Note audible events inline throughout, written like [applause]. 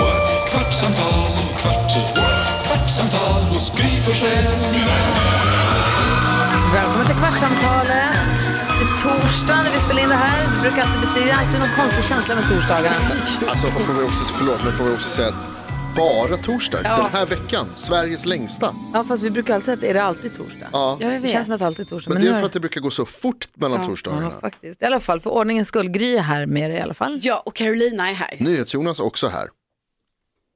what? kvartsamtal, kvart, what? kvartsamtal hos Gry Forssell med vänner. Välkommen till Kvartsamtalet. Det är torsdag när vi spelar in det här. Det brukar alltid bli det är alltid någon konstig känsla med [laughs] torsdagar. Alltså, och får vi också, förlåt, men får vi också säga att bara torsdag, Ja. den här veckan, Sveriges längsta. Ja, fast vi brukar alltid säga att är det alltid torsdag? Ja. Ja, jag Det vet. känns som att det alltid är torsdag. Men, det nu är för att det brukar gå så fort mellan torsdagarna. Ja, faktiskt. I alla fall, för ordningens skull. Gry är här med er i alla fall. Ja, och Carolina är här. NyhetsJonas också här.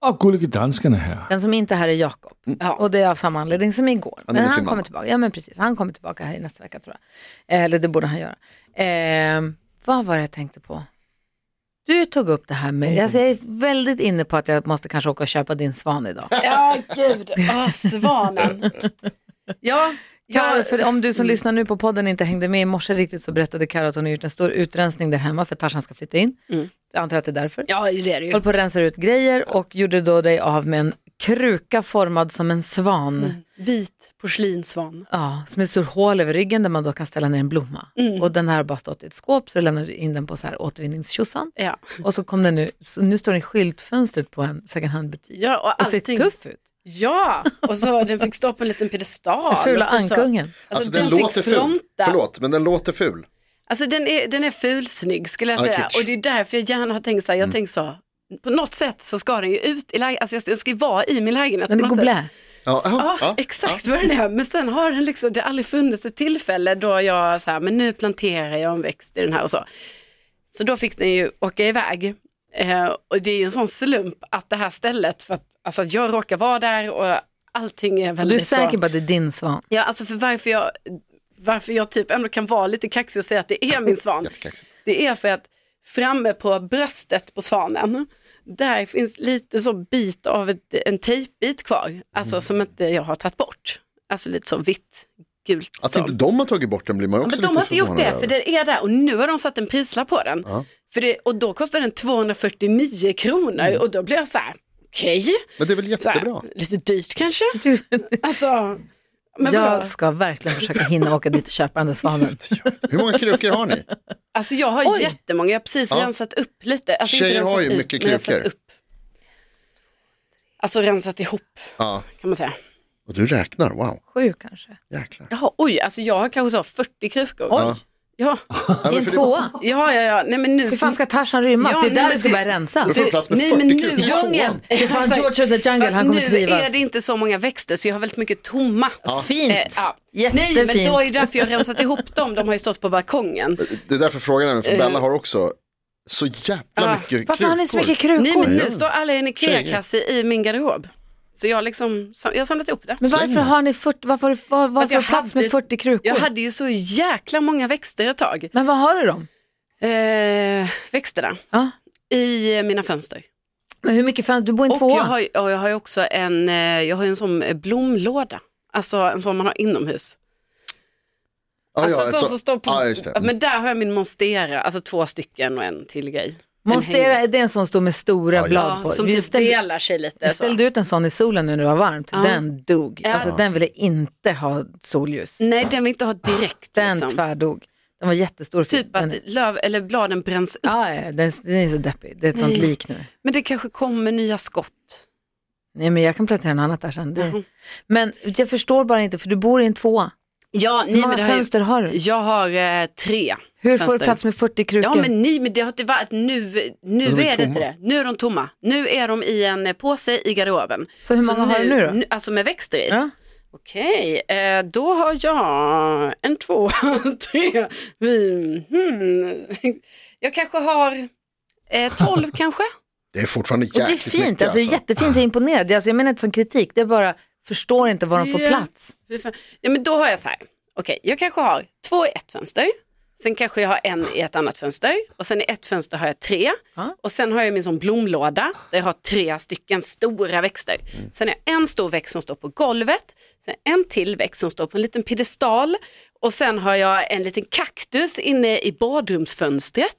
Alltså, Och gullige danskarna här. Den som inte är här är Jakob. Mm. Ja. Och det är av samma anledning som igår. är men med han sin kommer mamma. tillbaka. Ja, men precis. Han kommer tillbaka här i nästa vecka tror jag. Eh, Eller det borde han göra. Eh, vad var det jag tänkte på? Du tog upp det här med, Mm. alltså jag är väldigt inne på att jag måste kanske åka och köpa din svan idag. Ja, gud. Ah, svanen. Ja, eh, mm. Ja, jag, för om du som lyssnar nu på podden inte hängde med i morse riktigt så berättade Karo att hon har gjort en stor utrensning där hemma för att Tarzan ska flytta in. Mm. Jag antar att det är därför. ja det är det ju. Håller på att rensa ut grejer och gjorde då dig av med en kruka formad som en svan. Mm. Vit porslinsvan. Ja, som ett stort hål över ryggen där man då kan ställa ner en blomma. Mm. Och den här har bara stått i ett skåp så du lämnade in den på så här återvinningstjosan. Ja. Och så kom den nu, så nu står den i skyltfönstret på en second hand-butik. Ja, och Och ser allting. tuff ut. Ja, och så den fick stå på en liten pedestal. Den fula och typ så- ankungen. Alltså, den, låter fick ful. fronta. Förlåt, men den låter ful. Alltså den är, den är fulsnygg skulle jag Ja, säga. kitsch. Mm. Och det är därför jag gärna har tänkt så här, jag har tänkt så, på något sätt så ska den ju ut i lägenheten, alltså jag ska- den ska ju vara i min lägenhet. Den på är något sätt. goblä. Ja, Ja, aha, ja. exakt vad den är. Men sen har den liksom, det har aldrig funnits ett tillfälle då jag så här, men nu planterar jag en växt i den här och så. Så då fick den ju åka iväg. Eh, och det är ju en sån slump att det här stället, för att, alltså, att jag råkar vara där och allting är Du är väldigt säker så. på att det är din svan? Ja, alltså för varför jag, varför jag typ ändå kan vara lite kaxig och säga att det [laughs] är min svan. Jättekaxigt. Det är för att framme på bröstet på svanen, där finns lite så bit av ett, en tejpbit kvar, Mm. alltså som inte jag har tagit bort. Alltså lite så vitt, gult. Att så. inte Alltså, de har tagit bort den blir man Ja, också men de har lite inte gjort det, förvånad för över. det är där och nu har de satt en prislapp på den. Ja. För det, och då kostar den 249 kronor och då blir jag så här, okej, Mm. Men det är väl Så här, jättebra? lite dyrt kanske. Alltså, men vadå? jag ska verkligen försöka hinna åka dit och köpa den där [laughs] svanen. Hur många krukor har ni? Alltså jag har Oj. jättemånga, jag har precis Ja. rensat upp lite. Alltså, inte Tjejer har rensat ju ut, mycket men rensat krukor. upp. Alltså rensat ihop Ja. kan man säga. Och du räknar, wow, Sju kanske. jäklar. Jaha, oj, alltså jag har kanske så 40 krukor. Ja. Ja. Ja, I men en för det- tvåa. ja, ja, ja, nej men nu. Hur fan ska Tarzan rymmas? Ja, det är nej, där men det ska det- börja rensa. Du får plats med Nej, 40 men nu- krukor. i Djungeln! tvåan. Det är fan George of the Jungle, han kommer nu är trivas. det inte så många växter så jag har väldigt mycket tomma. Fint! Eh, ja. Jättefint. Nej, men då är det därför jag har rensat ihop dem. De har ju stått på balkongen. Det är därför frågan är, för Bella har också så jävla Eh. Ah, mycket krukor. Varför har ni så mycket krukor? Nej, men nu ja. står alla i en IKEA-kasse i min garderob. Så jag har liksom, jag har samlat ihop det. Men varför har ni 40, varför, har du- var, För att varför har jag du Alltså, plats hade- med 40 krukor? Jag hade ju så jäkla många växter ett tag. Men vad har du dem? Eh, växterna Ja. i eh, mina fönster. Men hur mycket fan, du bor i en Och jag tvåa? har, ju- ja, jag har ju också en, eh, jag har ju en sån eh, blomlåda. Alltså en sån man har inomhus. Ja, ja, alltså en sån så- som står på, Ja, just det. ja, men där har jag min monstera, alltså två stycken och en till grej. En Monstera, hängare. är det en sån stor med stora Ja, ja. blad ja, på? som Vi typ ställde, delar sig lite. vi Så. ställde ut en sån i solen nu när det var varmt, den dog. Ja. Alltså den ville inte ha solljus. Nej, den vill inte ha direkt. Den liksom. tvärdog. Den var jättestor. Typ Den- att löv, eller bladen bränns upp. Ja, ja, den, den är så deppig. Det är ett sånt lik nu. Men det kanske kommer nya skott. Nej, men jag kan plantera något annat där sen. Det... Mm. Men jag förstår bara inte, för du bor i en tvåa. Ja, Hur många fönster har du? Jag har eh, tre Hur fönster. får du plats med 40 krukor? Ja men nej, men det har inte varit nu, nu De är är det tomma. inte det. Nu är de tomma. Nu är de i en eh, påse i garderoben. Så hur många har du nu då? Alltså med växter i. Ja. Okej, eh, då har jag en, två, [laughs] tre, vi- hmm. Jag kanske har eh, tolv kanske? Det är fortfarande Och jäkligt det är fint, mycket, alltså, det är jättefint, jag är imponerad. Alltså, jag menar inte som kritik, det är bara förstår inte var de får Ja. plats. Fy fan. Ja men då har jag så här, okej jag kanske har två i ett fönster Sen kanske jag har en i ett annat fönster och sen i ett fönster har jag tre. Ja. Och sen har jag min sån blomlåda där jag har tre stycken stora växter. Sen har jag en stor växt som står på golvet, sen en till växt som står på en liten piedestal och sen har jag en liten kaktus inne i badrumsfönstret.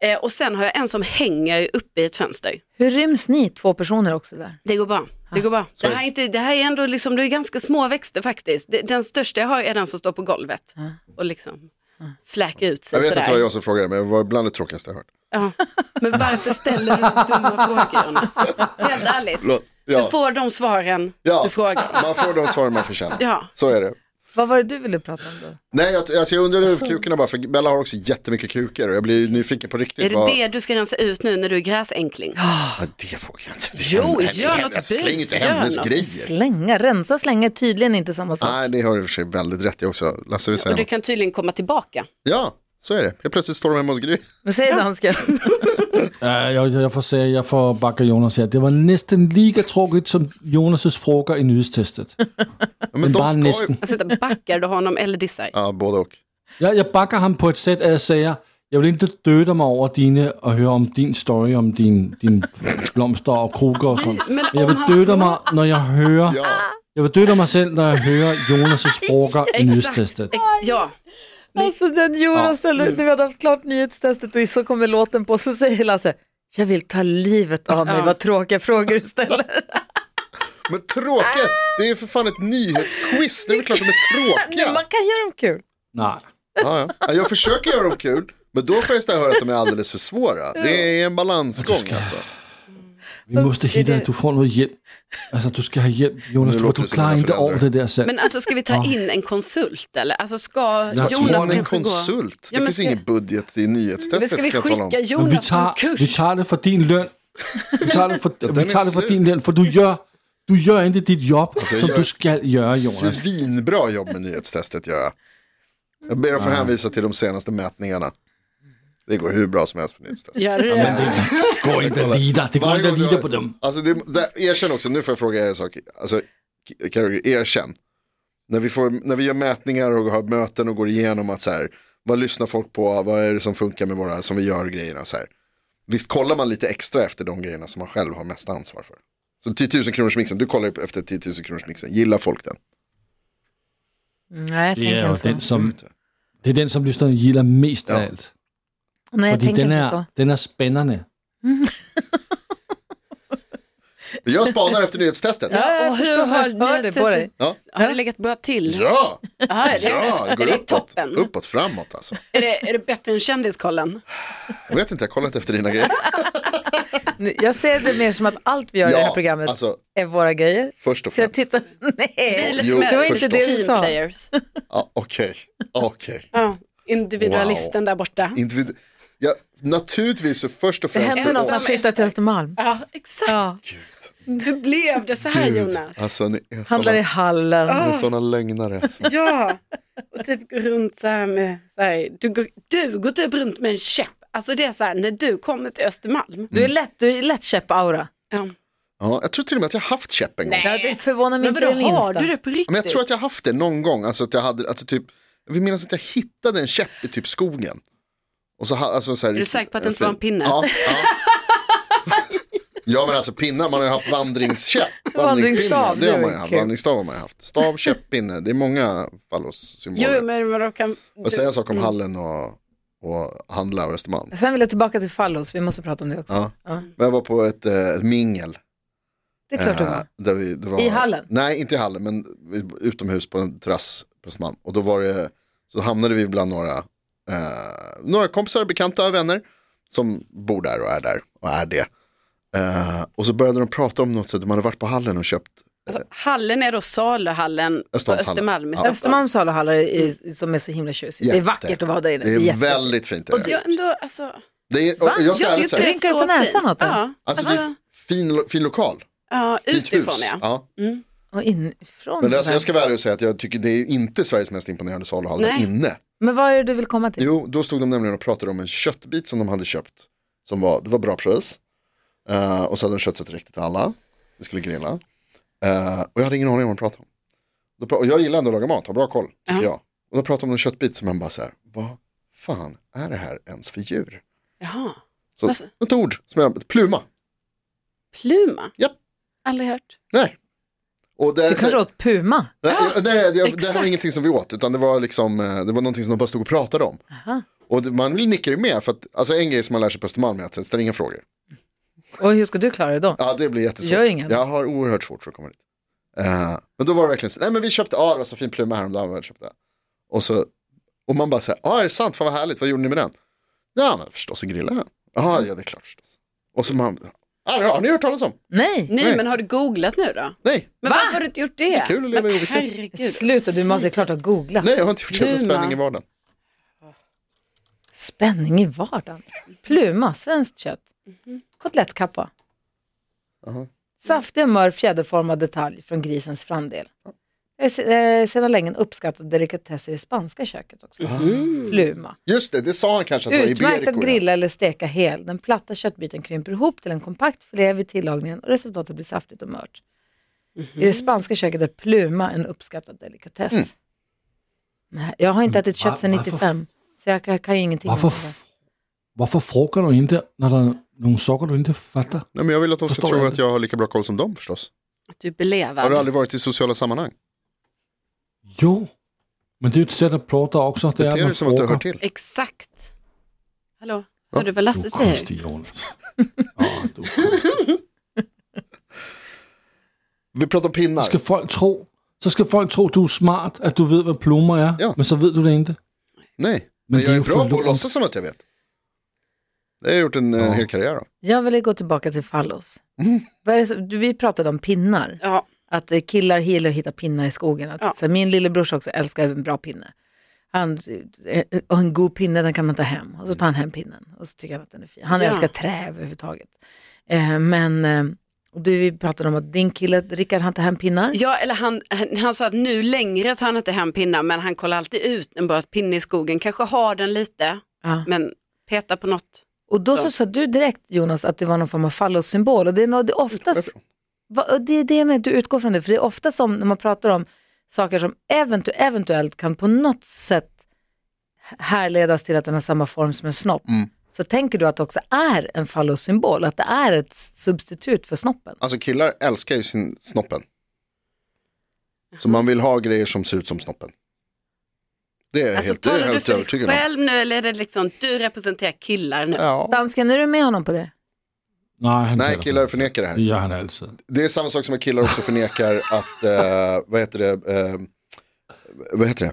Eh, och sen har jag en som hänger uppe i ett fönster. Hur ryms ni två personer också där? Det går bra. Det, går bra. det, Alltså, här, är inte, det här är ändå liksom, det är ganska små växter faktiskt. Det- Den största jag har är den som står på golvet och liksom fläker ut sig Jag vet sådär. att det var jag som frågade men det var bland det tråkigaste jag hört. Ja. Men varför ställer du så [laughs] dumma frågor Jonas? Helt ärligt. Förlåt. Du Ja. får de svaren Ja. du frågar. Man får de svar man förtjänar. Ja. Så är det. Vad var det du ville prata om då? Nej, jag, alltså jag undrar över krukorna bara, för Bella har också jättemycket krukor och jag blir nyfiken på riktigt. Är det vad... det du ska rensa ut nu när du är gräsänkling? Ja, det får jag inte. Det Jo, händer- det gör händer. något Släng bus, inte gör hennes något. grejer. Slänga, rensa, slänga är tydligen inte samma sak. Nej, det har du i och för sig väldigt rätt i också. Lasse vill säga Och du något. kan tydligen komma tillbaka. Ja, så är det. Helt plötsligt står de hemma hos Gry. Vad säger dansken? Ja, jeg, jeg, får sige, jeg får bakke Jonas her. Det var næsten lige trukket som Jonas' frågor i nyhedstestet. Ja, Men de bara ska ju- nästan. Alltså, där backar du honom eller dissar? Ja, både och. Jeg, jeg bakker ham på et sæt, at jeg siger, jeg vil ikke døde mig over dine og høre om din story, om din, din blomster og krukker og sådan. Men Men jeg om vil han døde mig, når jeg hører... Ja, Jeg vil døde mig selv, når jeg hører Jonas' frågor [laughs] i nyhedstestet. Ja, Alltså den Jonas ställde, när vi hade haft klart nyhetstestet och så kommer låten på så säger Lasse, jag vill ta livet av mig, vad tråkiga frågor du [laughs] ställer. men tråkiga. Det är ju för fan ett nyhetsquiz. Det är väl klart de är [laughs] Men man tråkiga. kan göra dem kul. Nej. Ja, ja. Ja, Jag försöker göra dem kul, men då får jag istället höra att de är alldeles för svåra. Det är en balansgång alltså. Vi måste hitta att du får något hjälp. Alltså du ska ha hjälp Jonas, Nu du, låter du det som klarar mina inte av det föräldrar. där sen. men alltså ska vi ta in en konsult eller? Alltså ska tror Att Jonas hon är en kanske gå? konsult. Ja, Det men finns ska- ingen budget i Men nyhetstestet. ska vi kan jag tala om. skicka Men vi Jonas på en tager, vi kurs? tager det för din lön. Vi tager det för, den vi är tager det för slut. din lön, för du gör, du gör inte ditt jobb som jag- du ska göra Jonas. Svinbra jobb med nyhetstestet gör jag. Jag ber att få hänvisa till de senaste mätningarna. Det går hur bra som helst på nyhetstestet. Gör du det? Gå inte att lida, det går Varje inte att gång du- lida på dem. Alltså det, det, erkänn också, nu får jag fråga er en sak. Alltså, K- Karol, erkänn. När vi, får, när vi gör mätningar och har möten och går igenom att så här, vad lyssnar folk på, vad är det som funkar med våra, som vi gör grejerna så här. Visst kollar man lite extra efter de grejerna som man själv har mest ansvar för. Så 10 000 kronors mixen, du kollar ju efter 10 000 kronors mixen, gillar folk den? Mm, Nej, jag Det tänker är, ju inte så. den, som, det är den som lyssnarna gillar mest av allt. Nej, jag För tänker den, inte så. är, den är spännande. Men Jag spanar efter nyhetstestet. Ja, jag och hur förstår. har Jag hör det på ni- dig. Har du legat bra till? ja. Jaha, är det, Ja, [laughs] det är går det uppåt, toppen? uppåt, framåt alltså. Är, det, är det bättre än kändiskollen? Jag vet inte, jag kollar inte efter dina grejer. Nu- Jag ser det mer som att allt vi gör i det här programmet alltså är våra grejer. först och Så jag främst. tittar, Det [laughs] är nej. lite Jo, mer det var inte det du sa. Team players. Ja, Okej, okej. Ja, individualisten där borta. Individ... Ja, naturligtvis så först och Det främst händer för något när man oss. flyttar till Östermalm. Ja, exakt. Ja, Gud, Hur blev det så här Gud. Jonas? Alltså ni är handlar i sådana, hallen. ni är såna lögnare. Alltså. Ja, och typ gå runt så här med, så här, du, går, du går typ runt med en käpp. Alltså det är så här, när du kommer till Östermalm. Du är lätt, du är lätt käpp-aura. Ja. Ja, jag tror till och med att jag har haft käpp en gång. Ja, det förvånar mig Men inte vadå, det minsta. har du det på riktigt? Men jag tror att jag har haft det någon gång. Alltså att jag hade, alltså typ, jag vill minnas att jag hittade en käpp i typ skogen. Och så, ha- alltså, så här, Är du säker på att det inte var en pinne? Ja, ja. ja men alltså pinnar, man har ju haft [laughs] vandringskäpp. Vandringsstav, det har det man är ju haft. kul. Vandringsstav har man ju haft. Stav, käpp, pinne, det är många fallossymboler. Jo, men vadå, kan... Vad säger jag sak om Mm. Hallen och, och Handla och Östermalm? Sen vill jag tillbaka till Fallos, vi måste prata om det också. Ja. Men jag var på ett, eh, ett mingel. Det är klart du Eh, var. Där vi, det var, I hallen? Nej, inte i hallen, men vi- utomhus på en terrass på Östermalm. Och då var det, så hamnade vi bland några, eh, några kompisar, bekanta, vänner som bor där och är där och är det. Eh, och så började de prata om något, så att de hade varit på hallen och köpt Alltså, hallen är då saluhallen på Östermalmshallen. Östermalm i Ja. Stockholm. Östermalms saluhallar är- är- som är så himla tjusig. Det är Jätte. vackert att vara där inne. Det är Jätte- väldigt fint. Är Och det. jag ändå, alltså... Det är, och, jag ska ärligt säga, Rynkar du på näsan åt den? Ja, alltså, det är en fin, lo- fin lokal. ja Fint utifrån hus. ja. ja. Och inifrån. Men alltså, tyvärr. jag ska vara ärlig och säga att jag tycker det är inte Sveriges mest imponerande saluhall där Nej. inne. Men vad är det du vill komma till? Jo, då stod de nämligen och pratade om en köttbit som de hade köpt. Som var, det var bra pris. Eh, och så hade de köttet riktigt till alla. Vi skulle grilla. Eh, och jag hade ingen aning om vad de pratade om. Då pra- och jag gillar ändå att laga mat, har bra koll, tycker Ja. jag. Och då pratade de om en köttbit som man bara så här, vad fan är det här ens för djur? Jaha. Så Varför? ett ord som jag, ett pluma. Pluma? Japp. Aldrig hört. Nej. Och det, Du kanske åt puma? Nej, nej, nej, Eh, det, det här Exakt. var ingenting som vi åt, utan det var, liksom, eh, det var någonting som de bara stod och pratade om. Aha. Och det- man nickar ju med, för att, alltså en grej som man lär sig på Östermalm är att ställa inga frågor. Och hur ska du klara det då? Ja, det blir jättesvårt. Gör ingen. Jag har oerhört svårt för att komma dit. Eh, men då var det verkligen så, nej men vi köpte, ja det var så fin pluma häromdagen, vi köpte. Och, så, och man bara så här, ja är det sant, fan vad härligt, vad gjorde ni med den? Ja men förstås så grillade jag den. Jaha, ja det är klart förstås. Och så man, ja, det har ni hört talas om? Nej, Nej, Nej. men har du googlat nu då? Nej, Men varför har du inte gjort det? Det är kul att leva i ovisshet. Herregud. sluta du måste klart ha googlat. nej jag har inte gjort det, men Pluma. spänning i vardagen. Spänning i vardagen. Pluma, svenskt kött. Mhm. Kotlettkappa. Jaha. Saftig och mör fjäderformad detalj från grisens framdel. Det är se- eh, sedan länge en uppskattad delikatess i det spanska köket också. Ah. Pluma. Just det, det sa han kanske att det var Utmärkt att Iberico. ja. grilla eller steka hel. Den platta köttbiten krymper ihop till en kompakt filé vid tillagningen och resultatet blir saftigt och mört. I Mhm. det spanska köket är pluma en uppskattad delikatess. Nej, jag har inte ätit kött sedan Mm. va- varför- 95, så jag kan, kan ju ingenting Varför, om det. f- varför frågar du inte när det är någon saker du inte fattar? Nej, men jag vill att de ska Förstår tro jag. att jag har lika bra koll som dem förstås. Att du belevar. Har du aldrig varit i sociala sammanhang? Jo, men det är ju ett sätt att prata också. Det Beter är dig att man som att du frågar. hör till. Exakt. Hallå, hör du vad Du är Lasse säger? konstig Jonas. [laughs] Ja, du är konstig. Vi pratar om pinnar. Så ska folk tro, så ska folk tro att du är smart, att du vet vad plommor är, Ja. men så vet du det inte. Nej, Men men det är jag är ju bra på att förlorad. låtsas som att jag vet. Det har jag gjort en eh, hel karriär av. Jag ville gå tillbaka till fallos. Vad är det som- du, vi pratade om pinnar. Ja, Att eh, killar gillar att hitta pinnar i skogen. Att, Ja. så, min lillebrors också älskar en bra pinne. Han, eh, och en god pinne den kan man ta hem. Och så tar han hem pinnen och så tycker han att den är fin. Han Ja. älskar trä överhuvudtaget. Eh, men eh, och du vi pratade om att din kille, Rickard, han tar hem pinnar. ja eller han, han, han sa att nu längre tar han inte hem pinnar men han kollar alltid ut när bara ett pinne i skogen. Kanske har den lite Ja. men peta på något. Och då så Ja. sa du direkt Jonas att det var någon form av fallossymbol och det är, nog- det är oftast, va, och det är det med att du utgår från det, för det är ofta som när man pratar om saker som eventu- eventuellt kan på något sätt härledas till att den har samma form som en snopp. Mm. Så tänker du att det också är en fallossymbol, att det är ett substitut för snoppen. Alltså killar älskar ju sin snoppen. Så man vill ha grejer som ser ut som snoppen. Det är jag Alltså helt, det är jag talar du helt för dig övertygad om. själv nu eller är det liksom du representerar killar nu? Ja. Dansken, är du med honom på det? Nej, han Nej, talar killar för förnekar det här. Det gör han alltid. Det är samma sak som att killar [laughs] också förnekar att, eh, vad heter det, eh, vad heter det,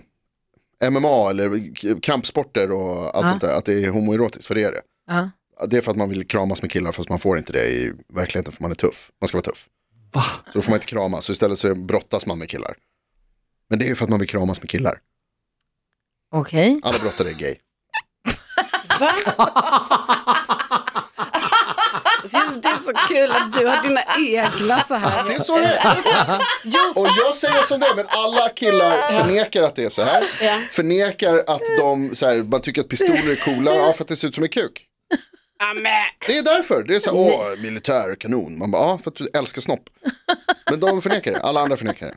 MMA eller k- kampsporter och allt Ja. sånt där, att det är homoerotiskt, för det är det. Ja. Det är för att man vill kramas med killar fast man får inte det i verkligheten för man är tuff. Man ska vara tuff. Va? Så då får man inte kramas, så istället så brottas man med killar. Men det är ju för att man vill kramas med killar. Okej. Alla brottare är gay. Alltså, Jonas, det är så kul att du har dina egna så här. Det är så det är. Och jag säger som det är, men alla killar förnekar att det är så här. Ja. Förnekar att de, så här, man tycker att pistoler är coola, ja, för att det ser ut som en kuk. Ja, men. Det är därför. Det är så här, Mm. åh, militär, kanon. Man bara, ja, för att du älskar snopp. Men de förnekar det, alla andra förnekar det.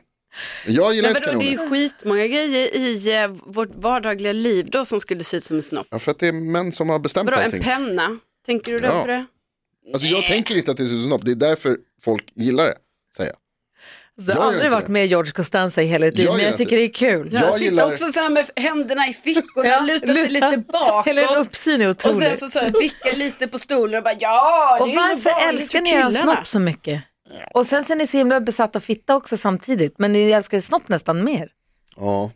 Men Jag gillar Men inte vadå, det är ju kanoner. skitmånga grejer i eh, vårt vardagliga liv då som skulle se ut som en snopp. Ja, för att det är män som har bestämt Vadå, en allting. penna? Tänker du då Ja. på det? Alltså jag tänker inte att det ser ut som snopp, det är därför folk gillar det, säger jag. Du har gör aldrig inte varit det. med George Costanza i hela ditt liv, Jag men gör jag inte tycker det är kul. Jag Sitta gillar- också så här med händerna i fickorna, Ja, luta sig lite bakåt. Hela din uppsyn är och otrolig. sen så, så här, vicka lite på stolen och bara ja, det Och är ju så varför vanligt älskar för ni er killarna. snopp så mycket? Och sen så är ni så himla besatta av fitta också samtidigt, men ni älskar er snopp nästan mer. Ja.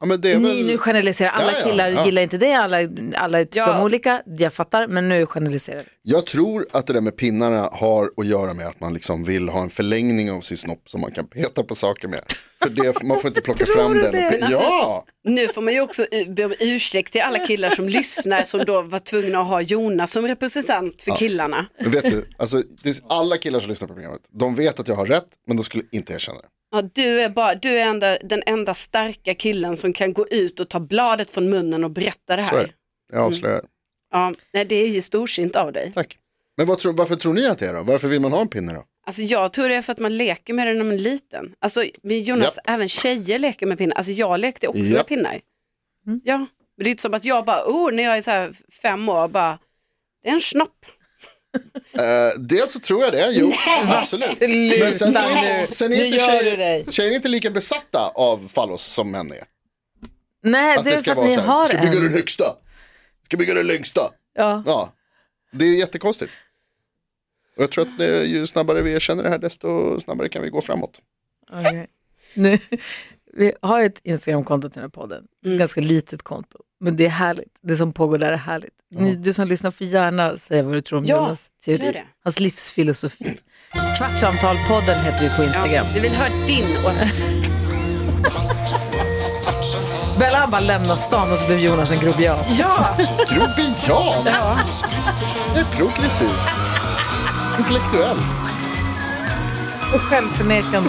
ja men det är Ni väl... nu generaliserar, alla Ja, ja, killar ja. gillar inte det, alla, alla tycker Ja. om olika, jag fattar, men nu generaliserar vi. Jag tror att det där med pinnarna har att göra med att man liksom vill ha en förlängning av sin snopp som man kan peta på saker med. För det, man [laughs] får inte plocka fram du den. det? Och pe- ja! Nu får man ju också u- be om ursäkt till alla killar som lyssnar som då var tvungna att ha Jonas som representant för killarna. Men vet du, alltså, det är alla killar som lyssnar på programmet, de vet att jag har rätt, men de skulle inte erkänna det. Ja, du är, bara, du är enda, den enda starka killen som kan gå ut och ta bladet från munnen och berätta det Så är här. det. Jag Mm. avslöjar. Ja, nej, det är ju storsint av dig. Tack. Men vad tror, varför tror ni att det är då? Varför vill man ha en pinne då? Alltså, jag tror det är för att man leker med den när man är liten. Alltså, men Jonas, även tjejer leker med pinnar. Alltså, jag lekte också Japp. med pinnar. Ja, Men det är inte som att jag bara, oh, när jag är så här fem år, bara, det är en snopp. Eh, dels så tror jag det, jo. absolut. Men sen, så är, sen är Nu inte gör du tjejer, dig. tjejer är inte lika besatta av fallos som män är. Nej, Att det det är för ska att vara ni så här, har ska bygga en. den högsta, ska bygga den längsta. Ja. Ja, det är jättekonstigt. Och jag tror att eh, ju snabbare vi erkänner det här desto snabbare kan vi gå framåt. Okej. Nu, vi har ju ett Instagramkonto till den här podden, Ett Mm. ganska litet konto. Men det är härligt, det som pågår där är härligt. Ni, du som lyssnar får gärna säga vad du tror om Ja, Jonas gör teori, det. hans livsfilosofi. Kvartsamtalpodden heter vi på Instagram. Vi vill höra din åsikt. [laughs] Bella han bara lämnar stan och så blev Jonas en grobian. ja, Grobian! Jag är progressiv. Intellektuell. Och självförnekande.